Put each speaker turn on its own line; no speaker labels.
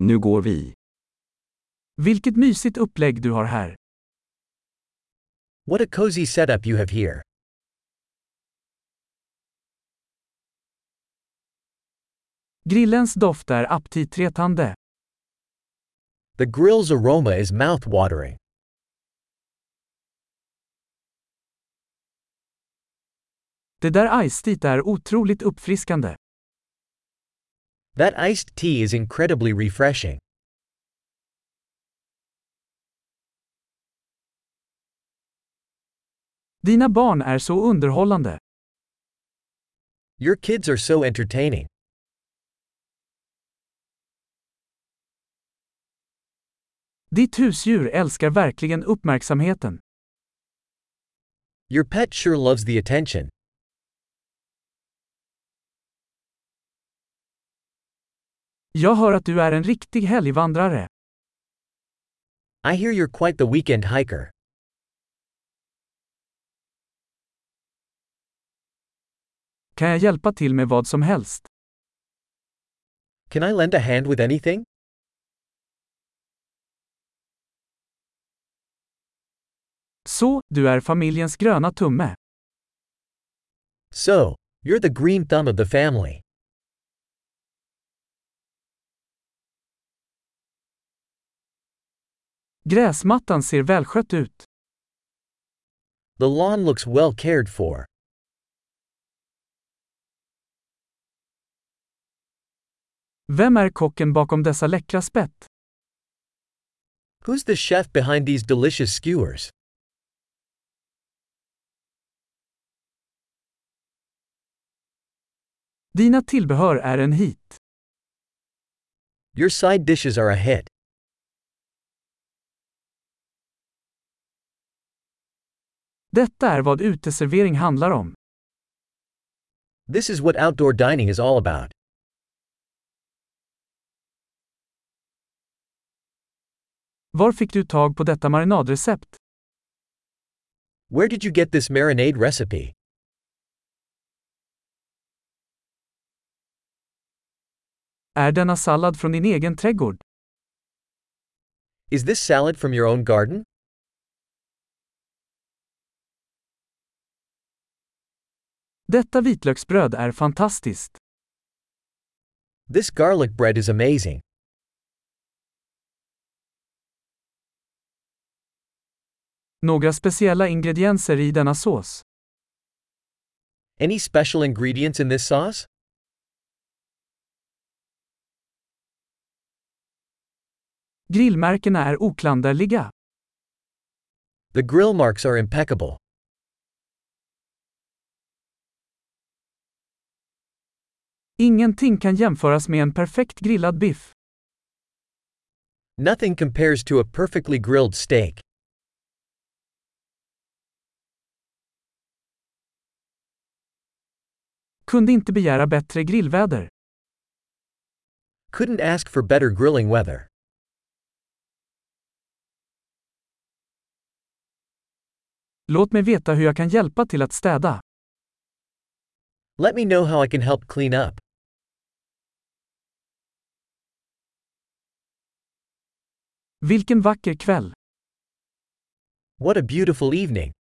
Nu går vi.
Vilket mysigt upplägg du har här.
What a cozy setup you have here.
Grillens doft är aptitretande.
The grill's aroma is mouth-watering.
Det där iced är otroligt uppfriskande.
That iced tea is incredibly refreshing.
Dina barn är så underhållande.
Your kids are so entertaining.
Ditt husdjur älskar verkligen uppmärksamheten.
Your pet sure loves the attention.
Jag hör att du är en riktig helgvandrare.
I hear you're quite the weekend hiker.
Kan jag hjälpa till med vad som helst?
Can I lend a hand with anything?
Så, du är familjens gröna tumme.
So, you're the green thumb of the family.
Gräsmattan ser välskött ut.
The lawn looks well cared for.
Vem är kocken bakom dessa läckra spett?
Who's the chef behind these delicious skewers?
Dina tillbehör är en hit.
Your side dishes are a hit.
Detta är vad uteservering handlar om.
This is what outdoor dining is all about.
Var fick du tag på detta marinadrecept?
Where did you get this marinade recipe?
Är denna sallad från din egen trädgård?
Is this salad from your own garden?
Detta vitlöksbröd är fantastiskt.
This garlic bread is amazing.
Några speciella ingredienser i denna sås.
Any special ingredients in this sauce?
Grillmärkena är oklanderliga.
The grill marks are impeccable.
Ingenting kan jämföras med en perfekt grillad biff.
Nothing compares to a perfectly grilled steak.
Kunde inte begära bättre grillväder.
Couldn't ask for better grilling weather.
Låt mig veta hur jag kan hjälpa till att städa.
Let me know how I can help clean up.
Vilken vacker kväll!
What a beautiful evening!